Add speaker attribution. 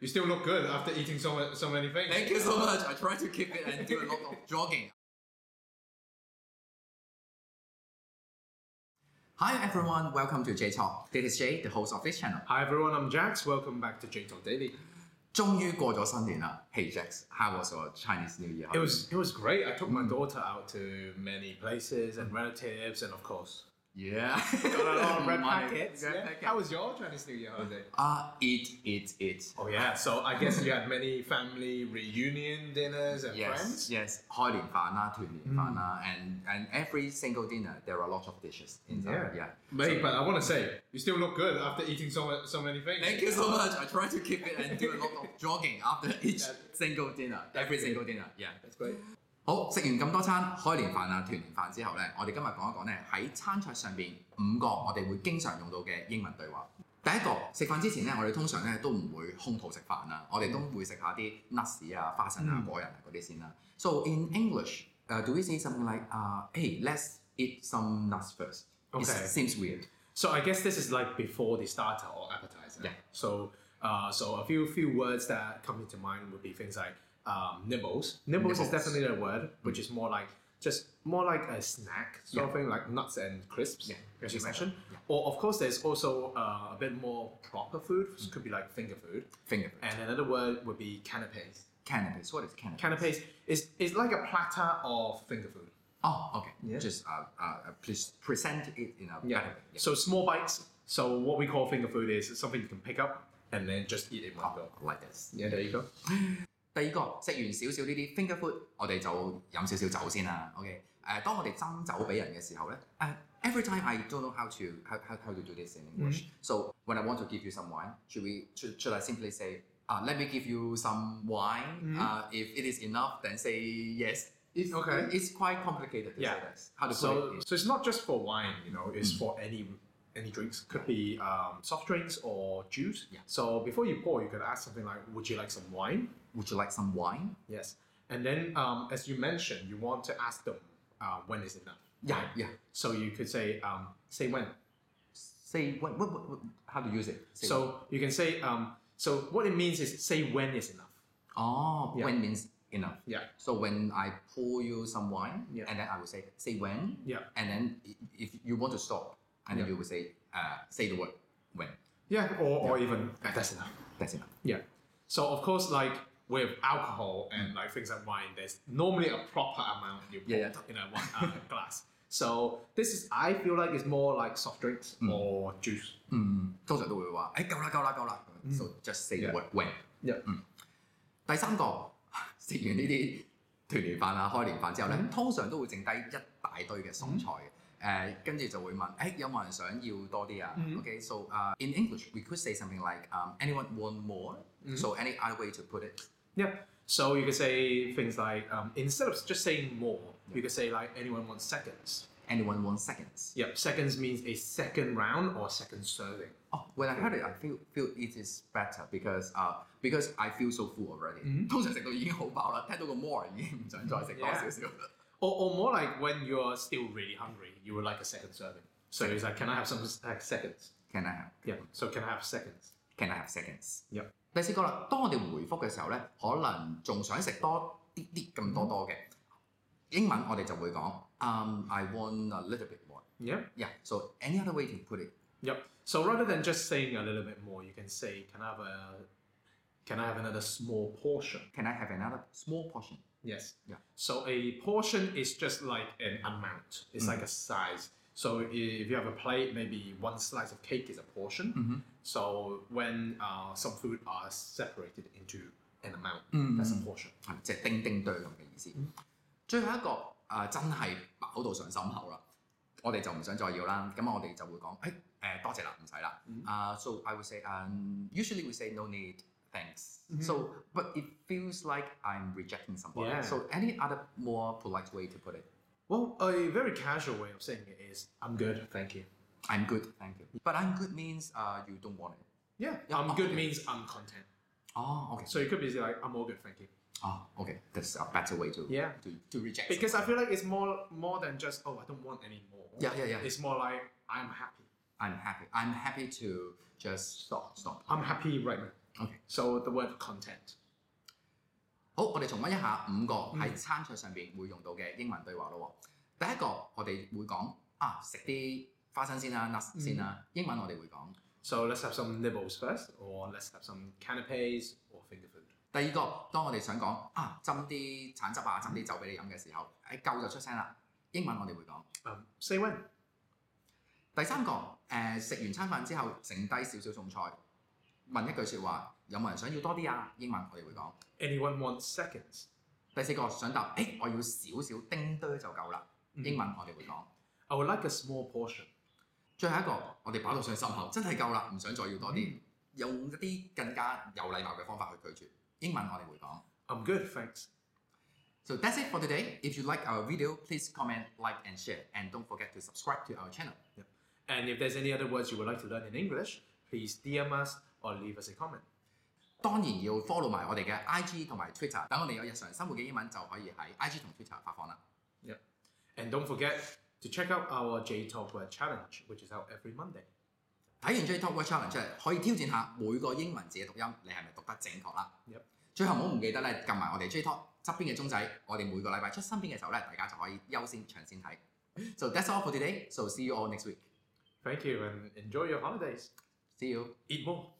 Speaker 1: You still look good after eating so ma- so many things.
Speaker 2: Thank you so much. I try to keep it and do a lot of jogging. Hi everyone, welcome to J Talk. This is Jay, the host of this channel.
Speaker 1: Hi everyone, I'm Jax. Welcome back to J Talk Daily.
Speaker 2: 終於過咗新年啦，Hey Jax, how was your Chinese New Year?
Speaker 1: It was it was great. I took my daughter out to many places and relatives, and of course,
Speaker 2: yeah,
Speaker 1: Mm. got a lot of red
Speaker 2: Money.
Speaker 1: packets.
Speaker 2: Red
Speaker 1: yeah.
Speaker 2: packet.
Speaker 1: How was your Chinese New Year holiday?
Speaker 2: Ah, eat, eat, eat.
Speaker 1: Oh yeah, so I guess you had many family reunion dinners and
Speaker 2: Yes,
Speaker 1: friends. Hmm.
Speaker 2: yes. 開年飯啦，團年飯啦，and and every single dinner there are lots of dishes inside. Yeah.
Speaker 1: Mate, but I want to say you still look good after eating so ma- so many things.
Speaker 2: Thank you so much. I try to keep it and do a lot of jogging after each
Speaker 1: That-
Speaker 2: single dinner, every single dinner. Yeah.
Speaker 1: That's great.
Speaker 2: 好，食完咁多餐開年飯啊、團年飯之後呢，我哋今日講一講呢喺餐桌上邊五個我哋會經常用到嘅英文對話。第一個食飯之前呢，我哋通常呢都唔會空肚食飯啦，我哋都會食下啲 nuts 啊、花生啊、果仁啊嗰啲先啦。So in English, uh, do we say something like, uh, hey, let's eat some nuts first? It
Speaker 1: Okay.
Speaker 2: seems weird.
Speaker 1: So I guess this is like before the starter or appetizer.
Speaker 2: Yeah.
Speaker 1: So uh, so a few few words that come into mind would be things like um, nibbles. nibbles.
Speaker 2: Nibbles. Mm.
Speaker 1: is definitely a word, which is more like just more like a snack sort of
Speaker 2: Yeah.
Speaker 1: thing, like nuts and crisps,
Speaker 2: Yeah,
Speaker 1: as you
Speaker 2: exactly.
Speaker 1: mentioned. Or of course, there's also uh, a bit more proper food.
Speaker 2: Mm.
Speaker 1: This could be like finger food.
Speaker 2: Finger food.
Speaker 1: And another word would be canapes.
Speaker 2: Canapes. What is canapes?
Speaker 1: Canapes is is like a platter of finger food.
Speaker 2: Oh, okay.
Speaker 1: Yeah.
Speaker 2: Just uh, uh, please present it in a better way.
Speaker 1: So small bites. So what we call finger food is something you can pick up and then just eat in one go.
Speaker 2: like this.
Speaker 1: Yeah, there you go.
Speaker 2: 第二個食完少少呢啲 finger food，我哋就飲少少酒先啦。OK，誒、當我哋斟酒俾人嘅時候咧，誒、e v e r y time I don't know how to how how how to do this in English、So
Speaker 1: Mm-hmm.
Speaker 2: when I want to give you some wine, should we should should I simply say, ah, let me give you some wine.
Speaker 1: Mm-hmm.
Speaker 2: Uh, if it is enough, then say yes. It's,
Speaker 1: Okay.
Speaker 2: It's quite complicated. To say
Speaker 1: Yeah.
Speaker 2: this. How to put it?
Speaker 1: So,
Speaker 2: in-
Speaker 1: so it's not just for wine, you know, it's for any any drinks. Could be um, soft drinks or juice.
Speaker 2: Yeah.
Speaker 1: So before you pour, you could ask something like, "Would you like some wine?"
Speaker 2: Would you like some wine?
Speaker 1: Yes. And then, um, as you mentioned, you want to ask them uh, when is enough.
Speaker 2: Yeah, yeah.
Speaker 1: So you could say, um, "Say when."
Speaker 2: Say what, what, what, what- how to use it? Say what.
Speaker 1: So you can say, um, "So what it means is say when is enough."
Speaker 2: Oh,
Speaker 1: Yeah.
Speaker 2: when means enough.
Speaker 1: Yeah.
Speaker 2: So when I pour you some wine,
Speaker 1: Yeah.
Speaker 2: and then I will say, say when.
Speaker 1: Yeah.
Speaker 2: And then i- if you want to stop, and then
Speaker 1: Yeah.
Speaker 2: you will say, uh, say the word when.
Speaker 1: Yeah. Or, or even "Ah, that's enough.
Speaker 2: That's enough.
Speaker 1: Yeah. So of course, like with alcohol and like things like wine, there's normally a proper amount you pour
Speaker 2: Yeah, yeah.
Speaker 1: in a one uh, glass. So this is, I feel like it's more like soft drinks
Speaker 2: Mm.
Speaker 1: or juice.
Speaker 2: 通常都會話，誒夠啦夠啦夠啦。So just say the
Speaker 1: Yeah.
Speaker 2: word when.
Speaker 1: Yeah.
Speaker 2: 第三個 食完呢啲 團年飯啊、開年飯之後咧，通常都會剩低一大堆嘅餸菜嘅。誒，跟住就會問，誒有冇人想要多啲啊？OK，so 啊，in English we could say something like um, anyone want more？So any other way to put it？
Speaker 1: Yeah. So you could say things like um, instead of just saying more, you could say like anyone wants seconds.
Speaker 2: Anyone want seconds?
Speaker 1: Yep. Seconds means a second round or second serving.
Speaker 2: Oh, when I heard it, I feel feel it is better because uh because I feel so full already。通 常食到已經好飽啦，聽到個 more 已經唔想再食多少少啦。
Speaker 1: Or, or more like when you're still really hungry, you would like a second serving. So it's like, can I have some sec- seconds?
Speaker 2: Can I have?
Speaker 1: Yeah. So can I have seconds?
Speaker 2: Can I have seconds?
Speaker 1: Yep.
Speaker 2: 第四個啦，當我哋回覆嘅時候咧，可能仲想食多啲啲咁多多嘅英文，我哋就會講，um I want a little bit more。
Speaker 1: Yeah.
Speaker 2: Yeah. So any other way to put it?
Speaker 1: Yep. So rather than just saying a little bit more, you can say, "Can I have a, can I have another small portion?"
Speaker 2: Can I have another small portion?
Speaker 1: Yes.
Speaker 2: Yeah.
Speaker 1: So a portion is just like an amount. It's like a size. So i- if you have a plate, maybe one slice of cake is a portion. So when uh, some food are separated into an amount, that's a portion.
Speaker 2: 係即係叮叮對咁嘅意思。最後一個啊、真係飽到上心口啦，我哋就唔想再要啦。咁我哋就會講，誒、誒、多謝啦，唔使啦。啊、so I would say, um, usually we say no need, thanks. So, but it feels like I'm rejecting someone.
Speaker 1: Mm-hmm. Yeah.
Speaker 2: So any other more polite way to put it?
Speaker 1: Well, a very casual way of saying it is, "I'm good, thank you."
Speaker 2: I'm good, thank you. But I'm good means uh, you don't want it.
Speaker 1: Yeah.
Speaker 2: Yeah,
Speaker 1: I'm Um, good
Speaker 2: okay.
Speaker 1: means I'm content.
Speaker 2: Oh, okay.
Speaker 1: So it could be like, "I'm all good, thank you."
Speaker 2: Oh, okay. That's a better way to
Speaker 1: Yeah.
Speaker 2: to, to reject.
Speaker 1: Because I feel like it's more more than just oh I don't want any more.
Speaker 2: Yeah, yeah, yeah.
Speaker 1: It's more like I'm happy.
Speaker 2: I'm happy. I'm happy to just stop, stop.
Speaker 1: I'm happy right now.
Speaker 2: OK.
Speaker 1: So the word content.
Speaker 2: 好，我哋重温一下五個喺餐桌上邊會用到嘅英文對話咯喎。第一個我哋會講啊，食啲花生先啦、nuts 先啦。英文我哋會講。
Speaker 1: So let's have some nibbles first, or let's have some canapes or finger food.
Speaker 2: 第二個，當我哋想講啊，斟啲橙汁啊，斟啲酒俾你飲嘅時候，誒夠就出聲啦。英文我哋會講。
Speaker 1: Um, say when.
Speaker 2: 第三個，誒、食完餐飯之後，剩低少少餸菜，問一句説話，有冇人想要多啲啊？英文我哋會講。
Speaker 1: Anyone wants seconds?
Speaker 2: 第四個想答，誒、哎我要少少叮堆就夠啦。
Speaker 1: 嗯
Speaker 2: 英文我哋會講。
Speaker 1: I would like a small portion.
Speaker 2: 最後一個，我哋擺到上心口，真係夠啦，唔想再要多啲，用一啲更加有禮貌嘅方法去拒絕。英文我哋會講。
Speaker 1: I'm good, thanks.
Speaker 2: So that's it for today. If you like our video, please comment, like and share, and don't forget to subscribe to our channel.
Speaker 1: And if there's any other words you would like to learn in English, please DM us or leave us a comment.
Speaker 2: 當然要 follow 埋我哋嘅 IG 同埋 Twitter，等我哋有日常生活嘅英文就可以喺 IG 同 Twitter 發放啦。
Speaker 1: And don't forget to check out our J Talk Word Challenge, which is out every Monday.
Speaker 2: 睇完 J Talk Word Challenge 出嚟，可以挑戰下每個英文字嘅讀音，你係咪讀得正確啦
Speaker 1: Yep
Speaker 2: 最後唔好唔記得咧，撳埋我哋 J Talk 側邊嘅鐘仔，我哋每個禮拜出新片嘅時候咧，大家就可以優先搶先睇。So that's all for today. So see you all next week.
Speaker 1: Thank you and enjoy your holidays.
Speaker 2: See you.
Speaker 1: Eat more.